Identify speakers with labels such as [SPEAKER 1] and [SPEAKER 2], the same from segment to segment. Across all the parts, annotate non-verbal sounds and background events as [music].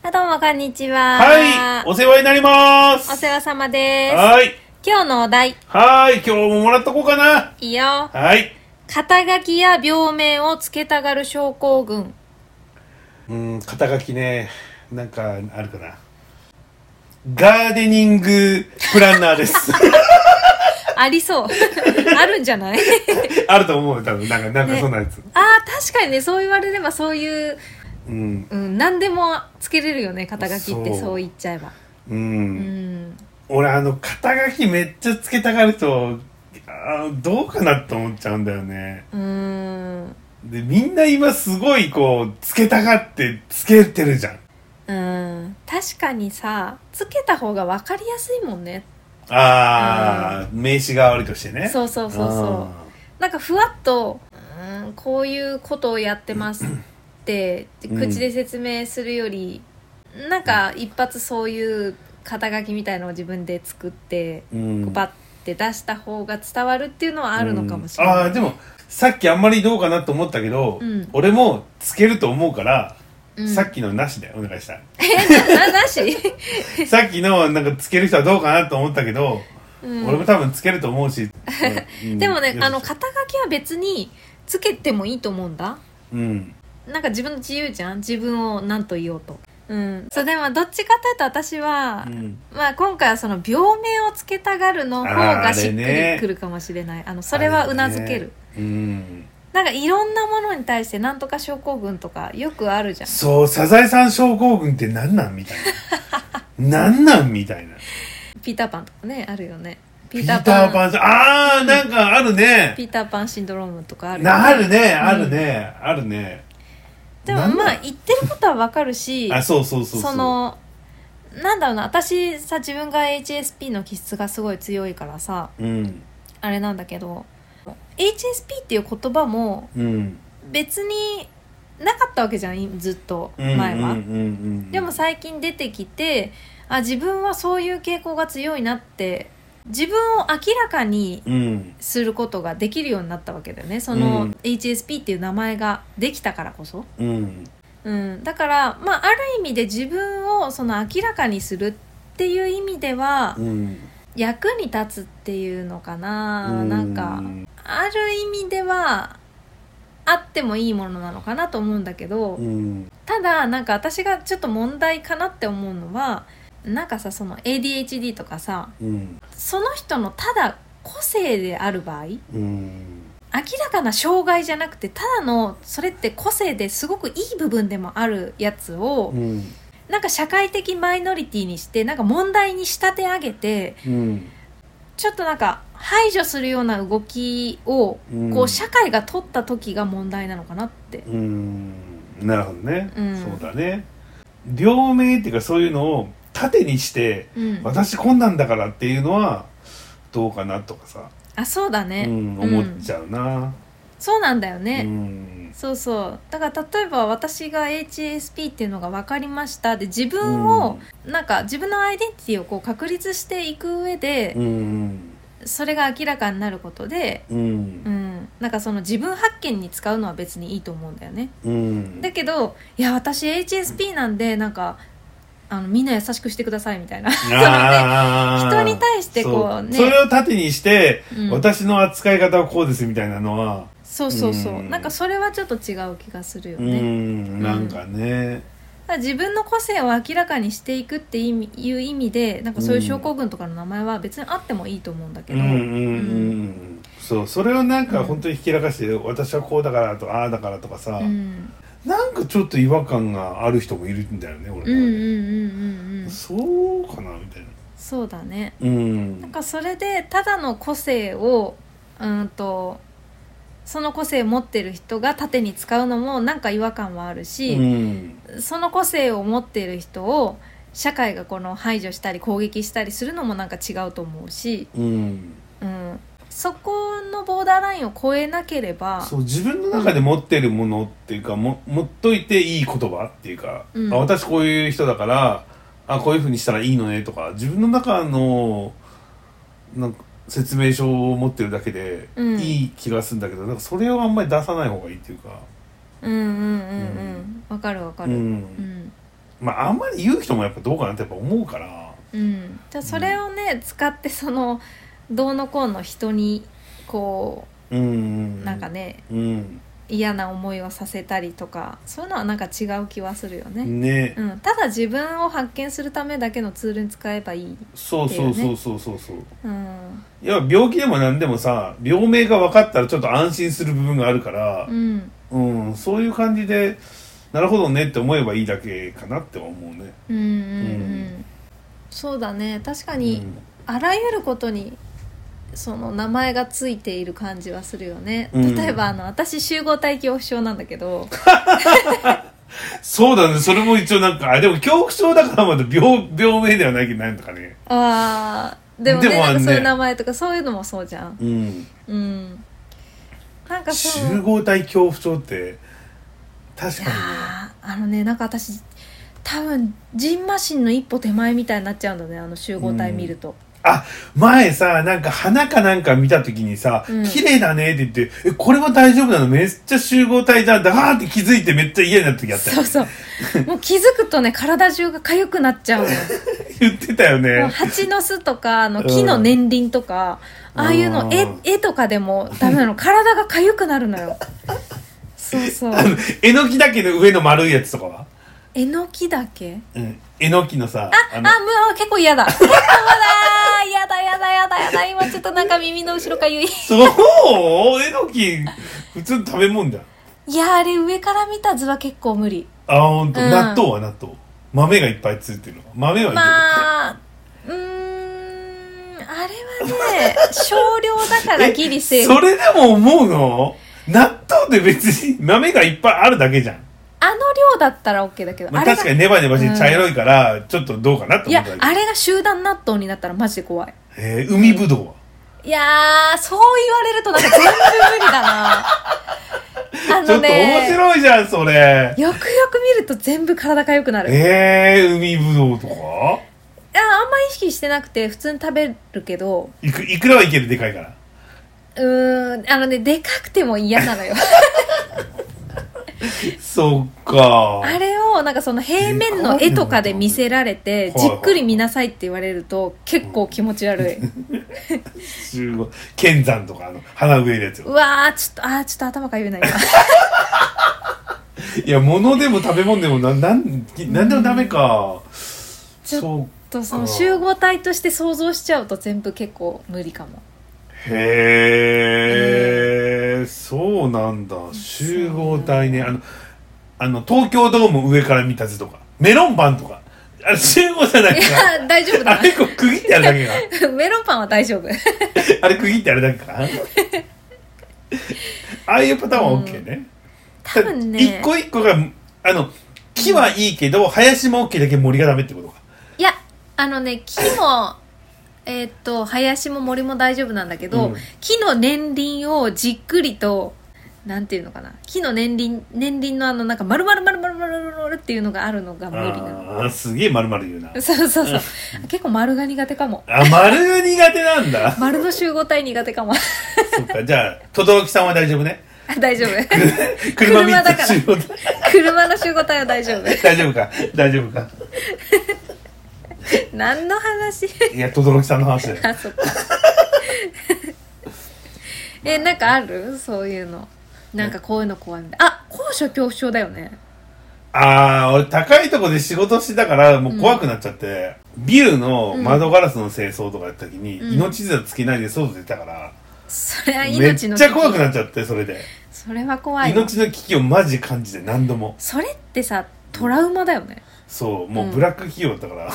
[SPEAKER 1] こんにちは。
[SPEAKER 2] はい、お世話になります。
[SPEAKER 1] お世話様です。
[SPEAKER 2] はい、
[SPEAKER 1] 今日のお題、
[SPEAKER 2] はい、今日ももらっとこうかな。
[SPEAKER 1] いいよ。
[SPEAKER 2] はい。
[SPEAKER 1] 肩書きや病名をつけたがる症候群。
[SPEAKER 2] うーん、肩書きね、なんかあるかな。ガーデニングプランナ
[SPEAKER 1] [laughs]
[SPEAKER 2] ーです。
[SPEAKER 1] あり
[SPEAKER 2] [laughs]
[SPEAKER 1] そう。あるんじゃない [laughs]
[SPEAKER 2] あると思う、多分、なんか、なんかそんなやつ。
[SPEAKER 1] ああ、確かにね、そう言われればそういう、
[SPEAKER 2] うん、
[SPEAKER 1] うん、何でもつけれるよね、肩書きって
[SPEAKER 2] そう
[SPEAKER 1] そう言っちゃえば。
[SPEAKER 2] う、
[SPEAKER 1] うんん。
[SPEAKER 2] 俺、あの、肩書きめっちゃつけたがると。あーどうかなと思っちゃうんだよね
[SPEAKER 1] うーん。
[SPEAKER 2] でみんな今すごいこうつけたがってつけてるじゃん
[SPEAKER 1] うん、確かにさつけた方が分かりやすいもんね
[SPEAKER 2] ああ、名刺代わりとしてね
[SPEAKER 1] そうそうそうそうなんかふわっと「うーんこういうことをやってます」って
[SPEAKER 2] うん
[SPEAKER 1] 口で説明するより、なんか一発そういう肩書きみたいのを自分で作って、
[SPEAKER 2] う、うん、
[SPEAKER 1] バッて出した方が伝わるっていうのはあるのかもしれ
[SPEAKER 2] うんあ
[SPEAKER 1] な
[SPEAKER 2] あ
[SPEAKER 1] い。
[SPEAKER 2] でもさっきあんまりどうかなと思ったけど、
[SPEAKER 1] うん
[SPEAKER 2] 俺もつけると思うから、
[SPEAKER 1] うん
[SPEAKER 2] さっきのなしでお願いしたい [laughs]
[SPEAKER 1] ななし
[SPEAKER 2] さっきのなんかつける人はどうかなと思ったけど、
[SPEAKER 1] うん
[SPEAKER 2] 俺も多分つけると思
[SPEAKER 1] [laughs]
[SPEAKER 2] うし、うん
[SPEAKER 1] でもね
[SPEAKER 2] うん
[SPEAKER 1] あの肩書きは別につけてもいいと思うんだ。
[SPEAKER 2] うん
[SPEAKER 1] なんか自分の自由じゃん自分を何と言おうと。うん、そうでもどっちかというと私は、
[SPEAKER 2] うん
[SPEAKER 1] まあ今回はその病名をつけたがるの方がしっく
[SPEAKER 2] あーあれ
[SPEAKER 1] り
[SPEAKER 2] ね
[SPEAKER 1] くるかもしれないあのそれはうなずける、
[SPEAKER 2] うん
[SPEAKER 1] なんかいろんなものに対してなんとか症候群とかよくあるじゃん
[SPEAKER 2] そうサザエさん症候群ってなんなんみたい
[SPEAKER 1] [laughs]
[SPEAKER 2] ななんなんみたいな
[SPEAKER 1] ピーターパンとかねあるよねピ
[SPEAKER 2] ピーターパンああなんかあるね
[SPEAKER 1] ピーターパンシンドロームとかあるよ
[SPEAKER 2] なあるねあるね、あるね
[SPEAKER 1] でも
[SPEAKER 2] なんなん
[SPEAKER 1] まあ言ってることはわかるし
[SPEAKER 2] あそうそうそうう
[SPEAKER 1] そのなんだろうな私さ自分が HSP の気質がすごい強いからさ
[SPEAKER 2] うん
[SPEAKER 1] あれなんだけど HSP っていう言葉も
[SPEAKER 2] うん
[SPEAKER 1] 別になかったわけじゃんずっと
[SPEAKER 2] うん
[SPEAKER 1] 前は、
[SPEAKER 2] うんうんうん、
[SPEAKER 1] でも最近出てきてあ自分はそういう傾向が強いなって自分を明らかに
[SPEAKER 2] うん
[SPEAKER 1] することができるようになったわけだよねその、
[SPEAKER 2] うん
[SPEAKER 1] HSP っていう名前ができたからこそ、
[SPEAKER 2] うん
[SPEAKER 1] うん、だから、まあ、ある意味で自分をその明らかにするっていう意味では
[SPEAKER 2] うん
[SPEAKER 1] 役に立つっていうのかな、
[SPEAKER 2] うん
[SPEAKER 1] なんかある意味ではあってもいいものなのかなと思うんだけど、
[SPEAKER 2] うん
[SPEAKER 1] ただなんか私がちょっと問題かなって思うのはなんかさその ADHD とかさ
[SPEAKER 2] うん
[SPEAKER 1] その人のただ個性である場合明
[SPEAKER 2] うん
[SPEAKER 1] らかな障害じゃなくてただのそれって個性ですごくいい部分でもあるやつを
[SPEAKER 2] うん
[SPEAKER 1] なんか社会的マイノリティにしてなんか問題に仕立て上げて
[SPEAKER 2] うん
[SPEAKER 1] ちょっとなんか排除するような動きを
[SPEAKER 2] うん
[SPEAKER 1] こう社会が取った時が問題なのかなって。
[SPEAKER 2] うんなるほどね、
[SPEAKER 1] うん
[SPEAKER 2] そうだね両名っていうかそういうのを縦にして
[SPEAKER 1] うん、
[SPEAKER 2] 私こんなんだからっていうのはどうかなとかさ、
[SPEAKER 1] あそうだね、
[SPEAKER 2] うん、
[SPEAKER 1] うん
[SPEAKER 2] 思っちゃうな、
[SPEAKER 1] そうなんだよ
[SPEAKER 2] う
[SPEAKER 1] ね、
[SPEAKER 2] ん
[SPEAKER 1] そうそうだから例えば私が HSP っていうのが分かりましたで自分を、なんか自分のアイデンティティをこう確立していく上で
[SPEAKER 2] う、ん
[SPEAKER 1] それが明らかになることで、
[SPEAKER 2] うん
[SPEAKER 1] うん、なんかその自分発見に使うのは別にいいと思うんだよね
[SPEAKER 2] うん
[SPEAKER 1] だけどいや私 HSP なんでなんかあのみんな優しくしてくださいみたいな
[SPEAKER 2] あー
[SPEAKER 1] 人に対してこうね
[SPEAKER 2] そそれを盾にして、
[SPEAKER 1] うん
[SPEAKER 2] 私の扱い方はこうですみたいなのは
[SPEAKER 1] そうそうそう、
[SPEAKER 2] うん
[SPEAKER 1] なんかそれはちょっと違う気がするよ
[SPEAKER 2] う
[SPEAKER 1] ね、
[SPEAKER 2] んなんかね、
[SPEAKER 1] ただ自分の個性を明らかにしていくっていう意味いう意味でなんかそういう症候群とかの名前は別にあってもいいと思うんだけ
[SPEAKER 2] う
[SPEAKER 1] ど、
[SPEAKER 2] ん、うんうんうんそうそれをなんか
[SPEAKER 1] うん
[SPEAKER 2] 本当にひけらかして、私はこうだからとああだからとかさ、
[SPEAKER 1] うん
[SPEAKER 2] なんかちょっと違和感がある人もいるんだよね俺は
[SPEAKER 1] うんうんうんうん
[SPEAKER 2] ね、
[SPEAKER 1] うん
[SPEAKER 2] そうかなみたいな
[SPEAKER 1] そうだね
[SPEAKER 2] うん
[SPEAKER 1] なんかそれでただの個性をうんとその個性を持ってる人が縦に使うのもなんか違和感はある
[SPEAKER 2] う
[SPEAKER 1] し、
[SPEAKER 2] ん
[SPEAKER 1] その個性を持ってる人を社会がこの排除したり攻撃したりするのもなんか違うと思うし、
[SPEAKER 2] うん
[SPEAKER 1] うん、そこのボーダーラインを超えなければ
[SPEAKER 2] そう自分の中で持ってるものっていうかも持っといていい言葉っていうか、
[SPEAKER 1] うん
[SPEAKER 2] あ私こういう人だからあこういうふうにしたらいいのねとか自分の中のなんか説明書を持ってるだけで
[SPEAKER 1] うん
[SPEAKER 2] いい気がするんだけど、なんかそれをあんまり出さない方がいいっていうか、
[SPEAKER 1] うんうんうんうんわかるわか
[SPEAKER 2] う
[SPEAKER 1] るうんん
[SPEAKER 2] まああんまり言う人もやっぱどうかなってやっぱ思うから
[SPEAKER 1] うん、じゃあそれをね、使ってそのどうのこうの人にこ
[SPEAKER 2] うん
[SPEAKER 1] うなんかね、
[SPEAKER 2] うん
[SPEAKER 1] 嫌な思いをさせたりとかそういうのはなんか違う気はするよね、
[SPEAKER 2] ね、
[SPEAKER 1] うんただ自分を発見するためだけのツールに使えばいい、
[SPEAKER 2] そうそうそうそうそうそう
[SPEAKER 1] うん
[SPEAKER 2] いや病気でも何でもさ病名が分かったらちょっと安心する部分があるから
[SPEAKER 1] う、ん
[SPEAKER 2] うんそういう感じでなるほどねって思えばいいだけかなって思うね。
[SPEAKER 1] うんうんうん
[SPEAKER 2] うん
[SPEAKER 1] そうだね確か
[SPEAKER 2] う
[SPEAKER 1] に、
[SPEAKER 2] ん
[SPEAKER 1] あらゆることにその名前がついている感じはするよね、
[SPEAKER 2] うん
[SPEAKER 1] 例えばあの私集合体恐怖症なんだけど
[SPEAKER 2] そうだねそれも一応なんかあでも恐怖症だからまだ病病名ではないけどなんとかね。
[SPEAKER 1] あーでもね
[SPEAKER 2] でもあ
[SPEAKER 1] なん
[SPEAKER 2] る
[SPEAKER 1] か
[SPEAKER 2] ね
[SPEAKER 1] そういう名前とかそういうのもそうじゃん
[SPEAKER 2] うん、
[SPEAKER 1] うんなんかそう
[SPEAKER 2] 集合体恐怖症って
[SPEAKER 1] い
[SPEAKER 2] 確
[SPEAKER 1] や
[SPEAKER 2] か
[SPEAKER 1] ーあのねなんか私多分ジンマシンの一歩手前みたいになっちゃうんだねあの集合体見ると、
[SPEAKER 2] に前さなんか花かなんか見た時にさ「
[SPEAKER 1] うん
[SPEAKER 2] 綺麗だね」って言って「えこれは大丈夫なのめっちゃ集合体じゃん」だーって気づいてめっちゃ嫌になった時あったよ
[SPEAKER 1] そう
[SPEAKER 2] ね
[SPEAKER 1] そうもう気づくとね体中が痒くなっちゃうの
[SPEAKER 2] [laughs]
[SPEAKER 1] よ
[SPEAKER 2] 言ってた
[SPEAKER 1] も
[SPEAKER 2] よ
[SPEAKER 1] う
[SPEAKER 2] ね。
[SPEAKER 1] 蜂の巣とかあの木の年輪とか、ああいうの絵
[SPEAKER 2] うん
[SPEAKER 1] 絵とかでもダメなの体が痒くなるのよそう
[SPEAKER 2] [laughs]
[SPEAKER 1] そう
[SPEAKER 2] あのえのきだけの上の丸いやつとかは、
[SPEAKER 1] えのきだけ
[SPEAKER 2] うん、えのきのさ
[SPEAKER 1] あ、
[SPEAKER 2] あの
[SPEAKER 1] もう結構嫌だ。結構だー嫌だ嫌だ嫌だ嫌だ。今ちょっとなんか耳の後ろかゆい。
[SPEAKER 2] そうえのき普通の食べ物じゃん
[SPEAKER 1] いやーあれ上から見た図は結構無理。
[SPEAKER 2] あほんと、
[SPEAKER 1] うん
[SPEAKER 2] 納豆は納豆豆がいっぱいついてるの豆はいいけど、
[SPEAKER 1] まあ、うーん、あれは
[SPEAKER 2] [laughs]
[SPEAKER 1] ね、少量だからギリセーフ。
[SPEAKER 2] それでも思うの納豆で別に豆がいっぱいあるだけじゃん、
[SPEAKER 1] あの量だったら OK だけど、
[SPEAKER 2] まあ、
[SPEAKER 1] あれ
[SPEAKER 2] 確か
[SPEAKER 1] が、
[SPEAKER 2] にネバネバして茶色いからちょっとどうかなと
[SPEAKER 1] いや
[SPEAKER 2] 思ったけ、ど、
[SPEAKER 1] あれが集団納豆になったらマジで怖い。
[SPEAKER 2] えー海ぶどうはい
[SPEAKER 1] やー、そう言われるとなんか全然無理だな。あ
[SPEAKER 2] [laughs] ちょ
[SPEAKER 1] の
[SPEAKER 2] っと
[SPEAKER 1] ね、
[SPEAKER 2] 面白いじゃんそれ
[SPEAKER 1] よくよく見ると全部体が良くなる。
[SPEAKER 2] えー、海ぶどうとか
[SPEAKER 1] いやあんま意識してなくて普通に食べるけど
[SPEAKER 2] いくいくらはいけるでかいから
[SPEAKER 1] うーんあのねでかくても嫌なの
[SPEAKER 2] [laughs]
[SPEAKER 1] よ
[SPEAKER 2] そっか
[SPEAKER 1] あれをなんかその平面の絵とかで見せられて
[SPEAKER 2] はいは
[SPEAKER 1] じ
[SPEAKER 2] い
[SPEAKER 1] っくり見なさいって言われると結構気持ち悪い
[SPEAKER 2] すごい剣山とかあの花植えるやつ
[SPEAKER 1] うわーちょっとあーちょっと頭かゆい
[SPEAKER 2] [laughs]
[SPEAKER 1] な今
[SPEAKER 2] いや物でも食べ物でもななんなんでもダメか
[SPEAKER 1] ちょっ
[SPEAKER 2] そう
[SPEAKER 1] とその集合体として想像しちゃうと全部結構無理かも
[SPEAKER 2] へえ、そうなんだ集合体ねあのあの東京ドーム上から見た図とかメロンパンとかあれ集合体だ
[SPEAKER 1] い
[SPEAKER 2] けか
[SPEAKER 1] や [laughs] 大丈夫
[SPEAKER 2] あ
[SPEAKER 1] だ
[SPEAKER 2] れこう区切ってやるだけか
[SPEAKER 1] なメロンパンは大丈夫
[SPEAKER 2] あれ区切ってやるだけかああいうパターンは OK ね、
[SPEAKER 1] 多分
[SPEAKER 2] [laughs] 一
[SPEAKER 1] ね
[SPEAKER 2] 個一個があの木はいいけど、林も OK だけど森がダメってことか
[SPEAKER 1] いやあのね木もえーっと林も森も大丈夫なんだけど、
[SPEAKER 2] うん
[SPEAKER 1] 木の年輪をじっくりとなんていうのかな木の年輪年輪のあのなんか丸々丸々丸々丸々っていうのがあるのが無理なの
[SPEAKER 2] あーすげえ丸々言うな
[SPEAKER 1] そうそうそう結構丸が苦手かも
[SPEAKER 2] あ丸が苦手なんだ
[SPEAKER 1] [laughs] 丸の集合体苦手かも
[SPEAKER 2] そっかじゃあ轟さんは大丈
[SPEAKER 1] [laughs]
[SPEAKER 2] 夫ね
[SPEAKER 1] あ大丈夫
[SPEAKER 2] 車
[SPEAKER 1] 車だから
[SPEAKER 2] 3つ集合体
[SPEAKER 1] 車の集合体は大丈夫
[SPEAKER 2] 大丈夫か大丈夫か
[SPEAKER 1] 何の話
[SPEAKER 2] いや轟さんの話だよ
[SPEAKER 1] あ
[SPEAKER 2] [laughs]
[SPEAKER 1] そっかえなんかあるそういうのなんかこういうの怖いみたいあ高所恐怖症だよね
[SPEAKER 2] あー俺高いとこで仕事してたからもう怖くなっちゃって、ビルの窓ガラスの清掃とかやった時に、
[SPEAKER 1] うん
[SPEAKER 2] 命綱つけないで外出たから、
[SPEAKER 1] それは
[SPEAKER 2] めっ
[SPEAKER 1] 命
[SPEAKER 2] ち
[SPEAKER 1] の
[SPEAKER 2] ゃ怖く
[SPEAKER 1] い
[SPEAKER 2] なっちゃってそれで、
[SPEAKER 1] それは怖いわ
[SPEAKER 2] 命の危機をマジ感じて何度も
[SPEAKER 1] それってさトラウマだよね
[SPEAKER 2] そうもううんブラック企業だったから、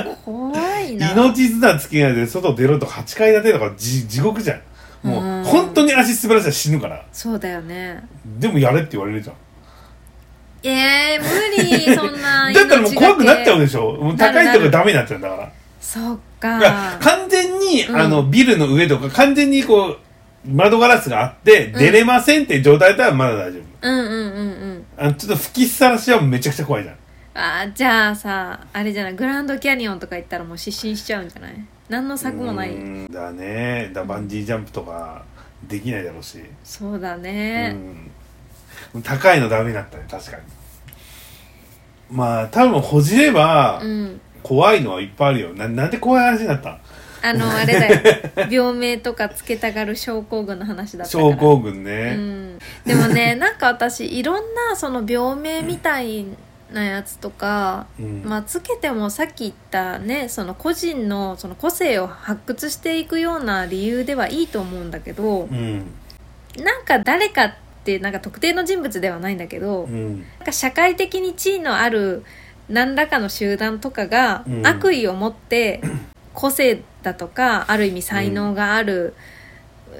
[SPEAKER 1] あ
[SPEAKER 2] [laughs]
[SPEAKER 1] ー怖いな
[SPEAKER 2] 命綱つけないで外出ろとか8階建てとかじ地獄じゃんも
[SPEAKER 1] うん
[SPEAKER 2] う本当に足滑らせたら死ぬから
[SPEAKER 1] そうだよね
[SPEAKER 2] でもやれって言われるじゃん
[SPEAKER 1] えー、無理そんな
[SPEAKER 2] [laughs] だったらもう怖くなっちゃう
[SPEAKER 1] う
[SPEAKER 2] でしょもう
[SPEAKER 1] なる
[SPEAKER 2] 高いと
[SPEAKER 1] な
[SPEAKER 2] こ
[SPEAKER 1] る
[SPEAKER 2] ダメになっちゃうんだから
[SPEAKER 1] そう
[SPEAKER 2] だから
[SPEAKER 1] か
[SPEAKER 2] 完全に、
[SPEAKER 1] うん
[SPEAKER 2] あのビルの上とか完全にこう窓ガラスがあって出れませんって状態だったらまだ大丈夫、
[SPEAKER 1] うんうんうんうん
[SPEAKER 2] あのちょっと吹きさらしはめちゃくちゃ怖いじゃん
[SPEAKER 1] あーじゃあさあれじゃないグランドキャニオンとか行ったらもう失神しちゃうんじゃない何の策もないう
[SPEAKER 2] ーんだねだバンジージャンプとかできないだろうし、
[SPEAKER 1] そうだね、
[SPEAKER 2] うん高いのダメだったね確かにまあ多分ほじれば
[SPEAKER 1] うん
[SPEAKER 2] 怖いのはいっぱいあるよななんで怖い話になった
[SPEAKER 1] あのあれだよ病名とかつけたがる症候群の話だったから
[SPEAKER 2] 症候群
[SPEAKER 1] う
[SPEAKER 2] ね、
[SPEAKER 1] ん、でもね [laughs] なんか私いろんなその病名みたいなやつとか、
[SPEAKER 2] うん
[SPEAKER 1] まあ、つけてもさっき言ったねその個人のその個性を発掘していくような理由ではいいと思うんだけど
[SPEAKER 2] う、ん
[SPEAKER 1] なんか誰かってなんか特定の人物ではないんだけど、
[SPEAKER 2] うん
[SPEAKER 1] なんか社会的に地位のある何らかの集団とかが
[SPEAKER 2] うん
[SPEAKER 1] 悪意を持
[SPEAKER 2] [clears throat]
[SPEAKER 1] って個性だとかある意味才能がある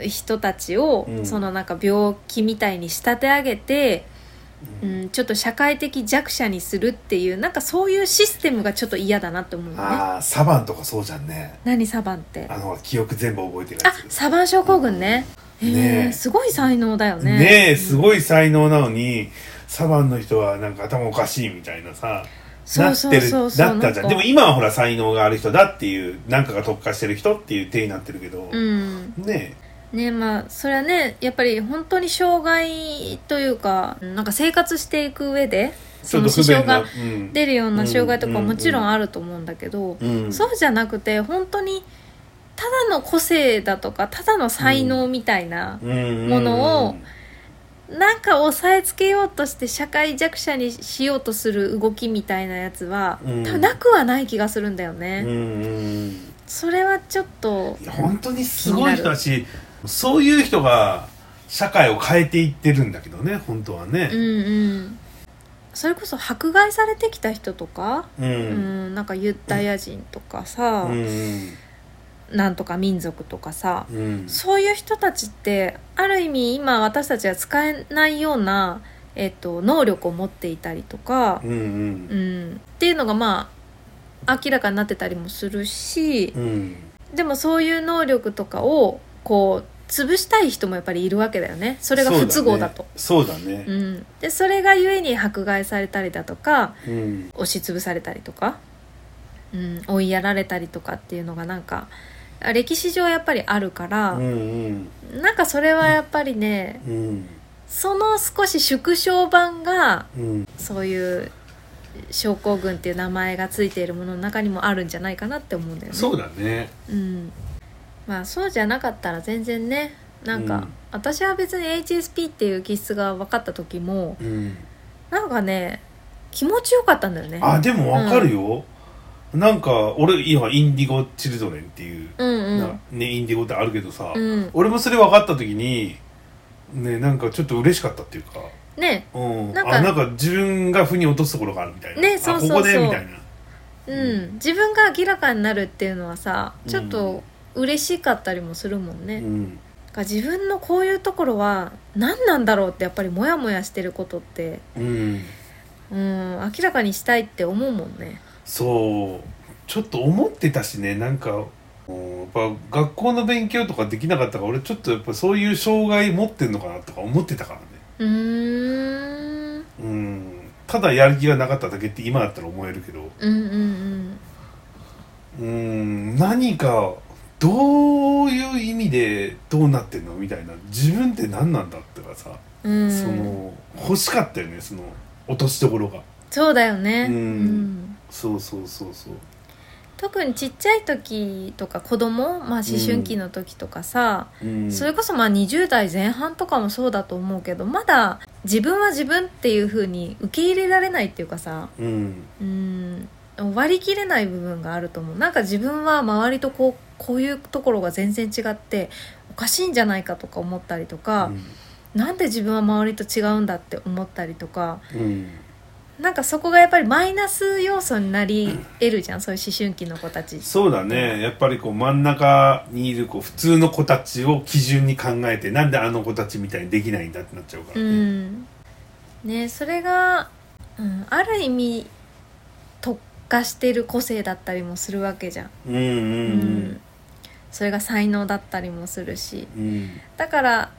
[SPEAKER 1] 人たちを
[SPEAKER 2] うん
[SPEAKER 1] そのなんか病気みたいに仕立て上げて、
[SPEAKER 2] う
[SPEAKER 1] うん、ちょっと社会的弱者にするっていうなんかそういうシステムがちょっと嫌だなと思うよね。
[SPEAKER 2] ああサバンとかそうじゃんね
[SPEAKER 1] 何サバンって
[SPEAKER 2] あの記憶全部覚えてるや
[SPEAKER 1] あ
[SPEAKER 2] つ
[SPEAKER 1] サバン症候群ね。
[SPEAKER 2] うん
[SPEAKER 1] へ
[SPEAKER 2] ね
[SPEAKER 1] え
[SPEAKER 2] え
[SPEAKER 1] すごい才能だよね。
[SPEAKER 2] ねえす
[SPEAKER 1] い。
[SPEAKER 2] ごい才能なのにサバンの人はなんか頭おかしいみたいなさ
[SPEAKER 1] そうそうそうそう。
[SPEAKER 2] なってるだったじゃん
[SPEAKER 1] な
[SPEAKER 2] で
[SPEAKER 1] か
[SPEAKER 2] も今はほら才能がある人だっていうなんかが特化してる人っていう手になってるけど、
[SPEAKER 1] うん。
[SPEAKER 2] ね
[SPEAKER 1] ねまあそれはねやっぱり本当に障害というかなんか生活していく上で
[SPEAKER 2] えち
[SPEAKER 1] そ
[SPEAKER 2] ょっ
[SPEAKER 1] の
[SPEAKER 2] と
[SPEAKER 1] 支
[SPEAKER 2] 不
[SPEAKER 1] 障
[SPEAKER 2] 便な
[SPEAKER 1] が
[SPEAKER 2] うん
[SPEAKER 1] 出るような障害とか
[SPEAKER 2] うん
[SPEAKER 1] もちろんあると思うんだけど、
[SPEAKER 2] うん
[SPEAKER 1] そうじゃなくて本当にただの個性だとかただの才能みたいな、も
[SPEAKER 2] も
[SPEAKER 1] のをなんか抑えつけようとして社会弱者にしようとする動きみたいなやつは、
[SPEAKER 2] うん
[SPEAKER 1] 多分なくはない気がするんだよね。
[SPEAKER 2] うんうん
[SPEAKER 1] それはちょっと
[SPEAKER 2] いや本当にすごい人だしそういう人が社会を変えていってるんだけどね本当は
[SPEAKER 1] うん
[SPEAKER 2] ね。
[SPEAKER 1] うんそれこそ迫害されてきた人とか
[SPEAKER 2] うんう
[SPEAKER 1] うんん、なんかユダヤ人とかさ
[SPEAKER 2] う、ん
[SPEAKER 1] なんとか民族とかさ、
[SPEAKER 2] うん
[SPEAKER 1] そういう人たちってある意味今私たちは使えないような、えっと能力を持っていたりとか
[SPEAKER 2] う、ん
[SPEAKER 1] うん、っていうのがまあ明らかになってたりもするし
[SPEAKER 2] う、ん
[SPEAKER 1] でもそういう能力とかをこう潰したい人もやっぱりいるわけだよねそれが不都合だと。
[SPEAKER 2] そうだね
[SPEAKER 1] う。ん、でそれがゆえに迫害されたりだとか、
[SPEAKER 2] うん
[SPEAKER 1] 押しつぶされたりとか、うん、追いやられたりとかっていうのがなんか歴史上やっぱりあるから、
[SPEAKER 2] うんうん
[SPEAKER 1] なんかそれはやっぱりね、
[SPEAKER 2] うん
[SPEAKER 1] その少し縮小版が
[SPEAKER 2] うん
[SPEAKER 1] そういう症候群っていう名前がついているものの中にもあるんじゃないかなって思うんだよね。
[SPEAKER 2] そうだね。
[SPEAKER 1] うん、まあそうじゃなかったら全然ねなんか、
[SPEAKER 2] うん
[SPEAKER 1] 私は別に HSP っていう気質が分かった時も
[SPEAKER 2] うん
[SPEAKER 1] なんかね気持ちよかったんだよね。
[SPEAKER 2] あでもわかるよ。なんか俺今インディゴチルドレンっていう
[SPEAKER 1] うんう
[SPEAKER 2] なん
[SPEAKER 1] ん、
[SPEAKER 2] ねインディゴってあるけどさ
[SPEAKER 1] うん、
[SPEAKER 2] 俺もそれ分かった時にねなんかちょっと嬉しかったっていうか。
[SPEAKER 1] ね
[SPEAKER 2] うん、
[SPEAKER 1] なん
[SPEAKER 2] なん
[SPEAKER 1] か
[SPEAKER 2] かあなんか自分が腑に落とすところがあるみたいな、
[SPEAKER 1] ね
[SPEAKER 2] あ
[SPEAKER 1] そうそう
[SPEAKER 2] ここで
[SPEAKER 1] そう
[SPEAKER 2] みたいな
[SPEAKER 1] うん、自分が明らかになるっていうのはさちょっと嬉しかったりもするもんね、
[SPEAKER 2] う
[SPEAKER 1] だ
[SPEAKER 2] ん
[SPEAKER 1] から自分のこういうところは何なんだろうってやっぱりモヤモヤしてることって、
[SPEAKER 2] うん
[SPEAKER 1] うん、明らかにしたいって思うもんね
[SPEAKER 2] そうちょっと思ってたしねなんかうんやっぱ学校の勉強とかできなかったから俺ちょっとやっぱそういう障害持ってんのかなとか思ってたからね
[SPEAKER 1] うーん
[SPEAKER 2] うんただやる気がなかっただけって今だったら思えるけど
[SPEAKER 1] うんうん
[SPEAKER 2] うん何かどういう意味でどうなってんのみたいな自分って何なんだってかさ、
[SPEAKER 1] うんうん
[SPEAKER 2] その欲しかったよねその落としどころが。
[SPEAKER 1] そうだよね、
[SPEAKER 2] うん
[SPEAKER 1] うん
[SPEAKER 2] そうそうそうそう
[SPEAKER 1] 特にちっちゃい時とか子供、まあ、思春期の時とかさ、
[SPEAKER 2] うん
[SPEAKER 1] それこそまあ20代前半とかもそうだと思うけどまだ自分は自分っていう風に受け入れられないっていうかさ
[SPEAKER 2] うん
[SPEAKER 1] うーん割り切れない部分があると思うなんか自分は周りとこうこういうところが全然違っておかしいんじゃないかとか思ったりとか、なんで自分は周りと違うんだって思ったりとか
[SPEAKER 2] うん
[SPEAKER 1] なんかそこがやっぱりマイナス要素になり得るじゃんそういう思春期の子たち。
[SPEAKER 2] そうだねやっぱりこう真ん中にいるこう普通の子たちを基準に考えてなんであの子たちみたいにできないんだってなっちゃうか
[SPEAKER 1] う
[SPEAKER 2] らね、
[SPEAKER 1] んね、それが、うん、ある意味特化してる個性だったりもするわけじゃん、
[SPEAKER 2] うん、うん
[SPEAKER 1] う
[SPEAKER 2] うん
[SPEAKER 1] それが才能だったりもするし
[SPEAKER 2] うんうん
[SPEAKER 1] だから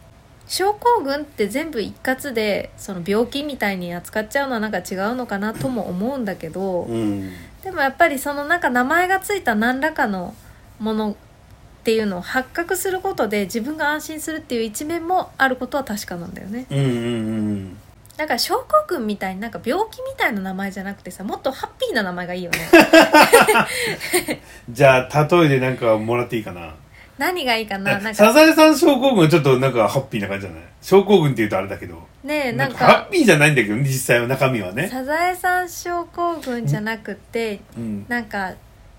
[SPEAKER 1] 症候群って全部一括でその病気みたいに扱っちゃうのはなんか違うのかなとも思うんだけど、
[SPEAKER 2] うん
[SPEAKER 1] でもやっぱりそのなんか名前がついた何らかのものっていうのを発覚することで自分が安心するっていう一面もあることは確かなんだよね。
[SPEAKER 2] うんうん
[SPEAKER 1] だから症候群みたいになんか病気みたいな名前じゃなくてさもっとハッピーな名前がいいよ [laughs] ね
[SPEAKER 2] じゃあ例えでなんかもらっていいかな
[SPEAKER 1] 何がいいかななん
[SPEAKER 2] サ
[SPEAKER 1] か
[SPEAKER 2] ザエさん症候群はちょっとなんかハッピーな感じじゃない症候群っていうとあれだけど
[SPEAKER 1] ねえなん
[SPEAKER 2] ハッ
[SPEAKER 1] か
[SPEAKER 2] ピーじゃないんだけどね実際は中身はね
[SPEAKER 1] サザエさん症候群じゃなくて
[SPEAKER 2] うん
[SPEAKER 1] なんか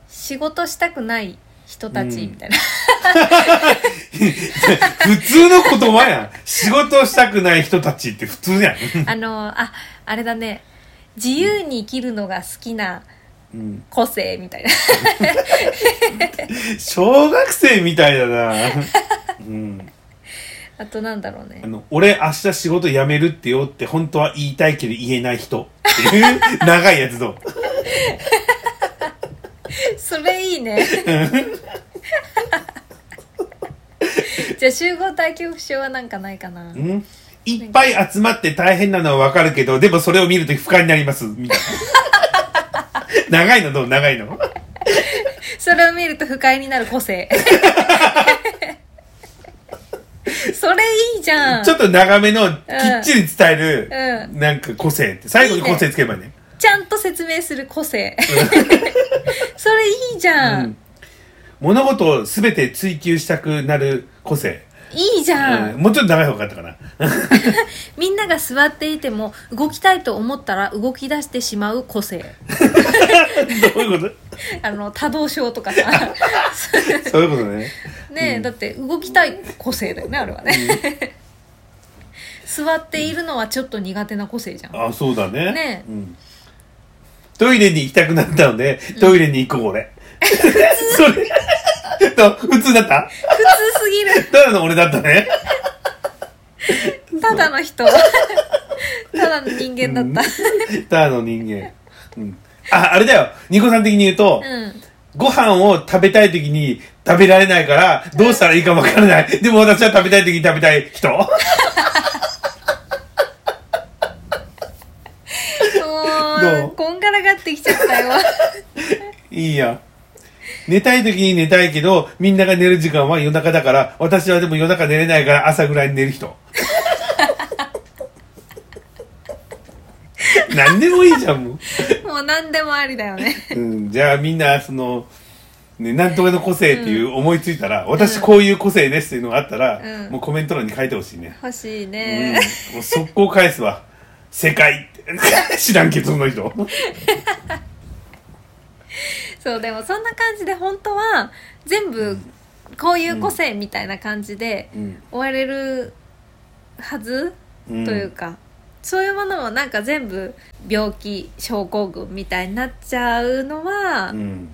[SPEAKER 1] 仕事したくない人たちみたいな、
[SPEAKER 2] 普通の言葉やん仕事をしたくない人たちって普通やん、
[SPEAKER 1] あのああれだね自由に生きるのが好きな
[SPEAKER 2] うん、
[SPEAKER 1] 個性みたいな
[SPEAKER 2] 小学生みたいだなうん
[SPEAKER 1] あとなんだろう
[SPEAKER 2] あ
[SPEAKER 1] ね
[SPEAKER 2] の俺明日仕事辞めるってよって本当は言いたいけど言えない人っていう長いやつどう
[SPEAKER 1] それいい [laughs] ねじゃあ集合体恐怖症はなんかないかな
[SPEAKER 2] うんいっぱい集まって大変なのはわかるけど、でもそれを見るとき不快になります、みたいな。長いのどう長いの
[SPEAKER 1] それを見ると不快になる個
[SPEAKER 2] [laughs]
[SPEAKER 1] 性それいいじゃん
[SPEAKER 2] ちょ
[SPEAKER 1] ち
[SPEAKER 2] っと長めのきっちり伝える、
[SPEAKER 1] う
[SPEAKER 2] なんか個性って、最後に個性つければいいね。
[SPEAKER 1] ゃんと説明する個性 [laughs] それいいじゃん、
[SPEAKER 2] うん物事を全て追求したくなる個性。
[SPEAKER 1] いいじゃん、
[SPEAKER 2] うんもうちょっと長い方が良かったかな。
[SPEAKER 1] みんなが座っていても動きたいと思ったら動き出してしまう個性
[SPEAKER 2] どういうこ
[SPEAKER 1] あの多動症とかさ
[SPEAKER 2] [laughs] とそういうことね。
[SPEAKER 1] ねえ、だって動きたい個性だよねあれはね [laughs] 座っているのはちょっと苦手な個性じゃん
[SPEAKER 2] あ、そうだね。
[SPEAKER 1] ね
[SPEAKER 2] うんトイレに行きたくなったので、トイレに行こう、俺。それ、と普通だった
[SPEAKER 1] 普通すぎる
[SPEAKER 2] ただの俺だったね。
[SPEAKER 1] ただの
[SPEAKER 2] [laughs]
[SPEAKER 1] 人ただの人間だった
[SPEAKER 2] ターの人間。うん。あ、あれだよ。ニコさん的に言うと、
[SPEAKER 1] うん
[SPEAKER 2] ご飯を食べたい時に食べられないから、どうしたらいいかわからない。でも私は食べたい時に食べたい [laughs] 人。ど
[SPEAKER 1] も
[SPEAKER 2] う
[SPEAKER 1] うこんがらがってきちゃったよ [laughs]
[SPEAKER 2] いいや。寝たい時に寝たいけど、みんなが寝る時間は夜中だから、私はでも夜中寝れないから朝ぐらいに寝る [laughs] 人。何でもいいじゃん、もう。
[SPEAKER 1] もう何でもありだよね
[SPEAKER 2] うん、じゃあみんなその、ね、なんとかの個性っていう思いついたら、私こういう個性ですっていうのがあったら、
[SPEAKER 1] うん
[SPEAKER 2] もうコメント欄に書いてほしいね、
[SPEAKER 1] 欲しい
[SPEAKER 2] うん
[SPEAKER 1] ね、
[SPEAKER 2] もう速攻返すわ「世界」 [laughs] って知らんけどその人
[SPEAKER 1] そうでもそんな感じで本当は全部こういう個性みたいな感じで
[SPEAKER 2] うん、
[SPEAKER 1] 終われるはず、
[SPEAKER 2] うん
[SPEAKER 1] というかそういうものもなんか全部病気症候群みたいになっちゃうのは
[SPEAKER 2] うん、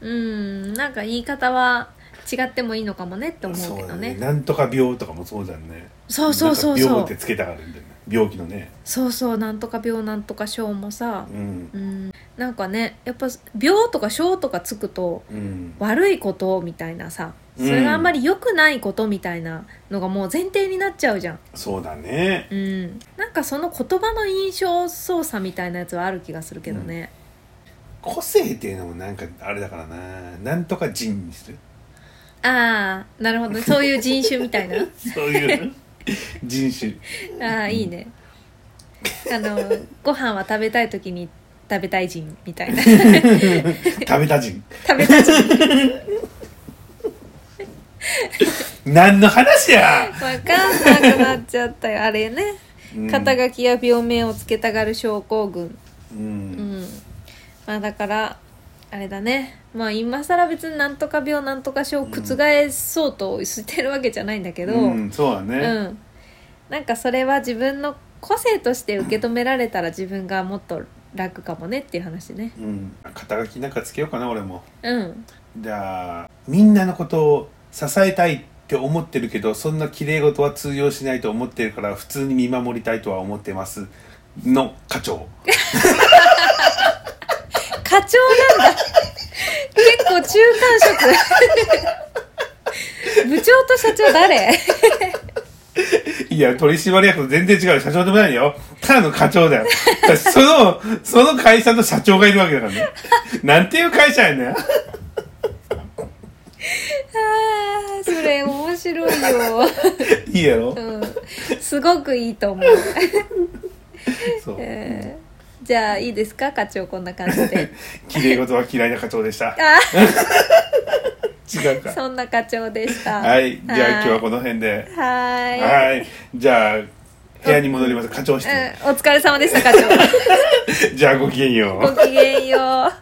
[SPEAKER 1] うんなんか言い方は違ってもいいのかもねって思
[SPEAKER 2] そうう
[SPEAKER 1] けど
[SPEAKER 2] だね
[SPEAKER 1] ね
[SPEAKER 2] なんとか病とかもそうじゃんね
[SPEAKER 1] そうそうそう
[SPEAKER 2] な
[SPEAKER 1] そ
[SPEAKER 2] んか病
[SPEAKER 1] う
[SPEAKER 2] ってつけたからみたいな病気のね
[SPEAKER 1] そうそうなんとか病なんとか症もさ
[SPEAKER 2] うん
[SPEAKER 1] うんなんかねやっぱ病とか症とかつくと
[SPEAKER 2] うん
[SPEAKER 1] 悪いことみたいなさそれがあんまり良くないことみたいなのがもう前提になっちゃうじゃん、
[SPEAKER 2] そうだね
[SPEAKER 1] うん、なんかその言葉の印象操作みたいなやつはある気がするけどね、
[SPEAKER 2] 個性っていうのもなんかあれだからななんとか人にする
[SPEAKER 1] ああなるほどそういう人種みた
[SPEAKER 2] [laughs]
[SPEAKER 1] いな
[SPEAKER 2] そう
[SPEAKER 1] [laughs]
[SPEAKER 2] いう人種
[SPEAKER 1] ああいいねあのご飯は食べたい時に食べたい人みた
[SPEAKER 2] [laughs]
[SPEAKER 1] いな食
[SPEAKER 2] 食べた人
[SPEAKER 1] べたい人
[SPEAKER 2] 何の話や、
[SPEAKER 1] わかんなくなっちゃったよあれね
[SPEAKER 2] うん
[SPEAKER 1] 肩書きや病名をつけたがる症候群
[SPEAKER 2] う、
[SPEAKER 1] うんんまあだからあれだねまあ今更別になんとか病なんとか症を覆そうとしてるわけじゃないんだけど、
[SPEAKER 2] う
[SPEAKER 1] うん
[SPEAKER 2] ん、そうだね、
[SPEAKER 1] なんかそれは自分の個性として受け止められたら自分がもっと楽かもねっていう話ね
[SPEAKER 2] うん肩書きなんかつけようかな俺も
[SPEAKER 1] うん
[SPEAKER 2] じゃあみんなのことを支えたいって思ってるけどそんな綺麗事は通用しないと思ってるから普通に見守りたいとは思ってますの課長
[SPEAKER 1] 課長なんだ [laughs] 結構中間職 [laughs] 部長と社長誰 [laughs]
[SPEAKER 2] いや取締役と全然違うよ社長でもないよただの課長 [laughs] だよだからそのその会社の社長がいるわけだからねなんていう会社やねん
[SPEAKER 1] あーそれ面白いよ
[SPEAKER 2] いいやろ、
[SPEAKER 1] うんすごくいいと思う。
[SPEAKER 2] そう
[SPEAKER 1] えーじゃあいいですか課長こんな感じで
[SPEAKER 2] 綺麗事は嫌いな課長でした
[SPEAKER 1] あ
[SPEAKER 2] 違う
[SPEAKER 1] ー
[SPEAKER 2] か
[SPEAKER 1] そんな課長でした
[SPEAKER 2] はいじゃあ今日はこの辺で
[SPEAKER 1] はーい
[SPEAKER 2] はいじゃあ部屋に戻ります課長室 [laughs]
[SPEAKER 1] うんお疲れ様でした課長
[SPEAKER 2] じゃあごきげんよ
[SPEAKER 1] ご
[SPEAKER 2] う
[SPEAKER 1] きげんよう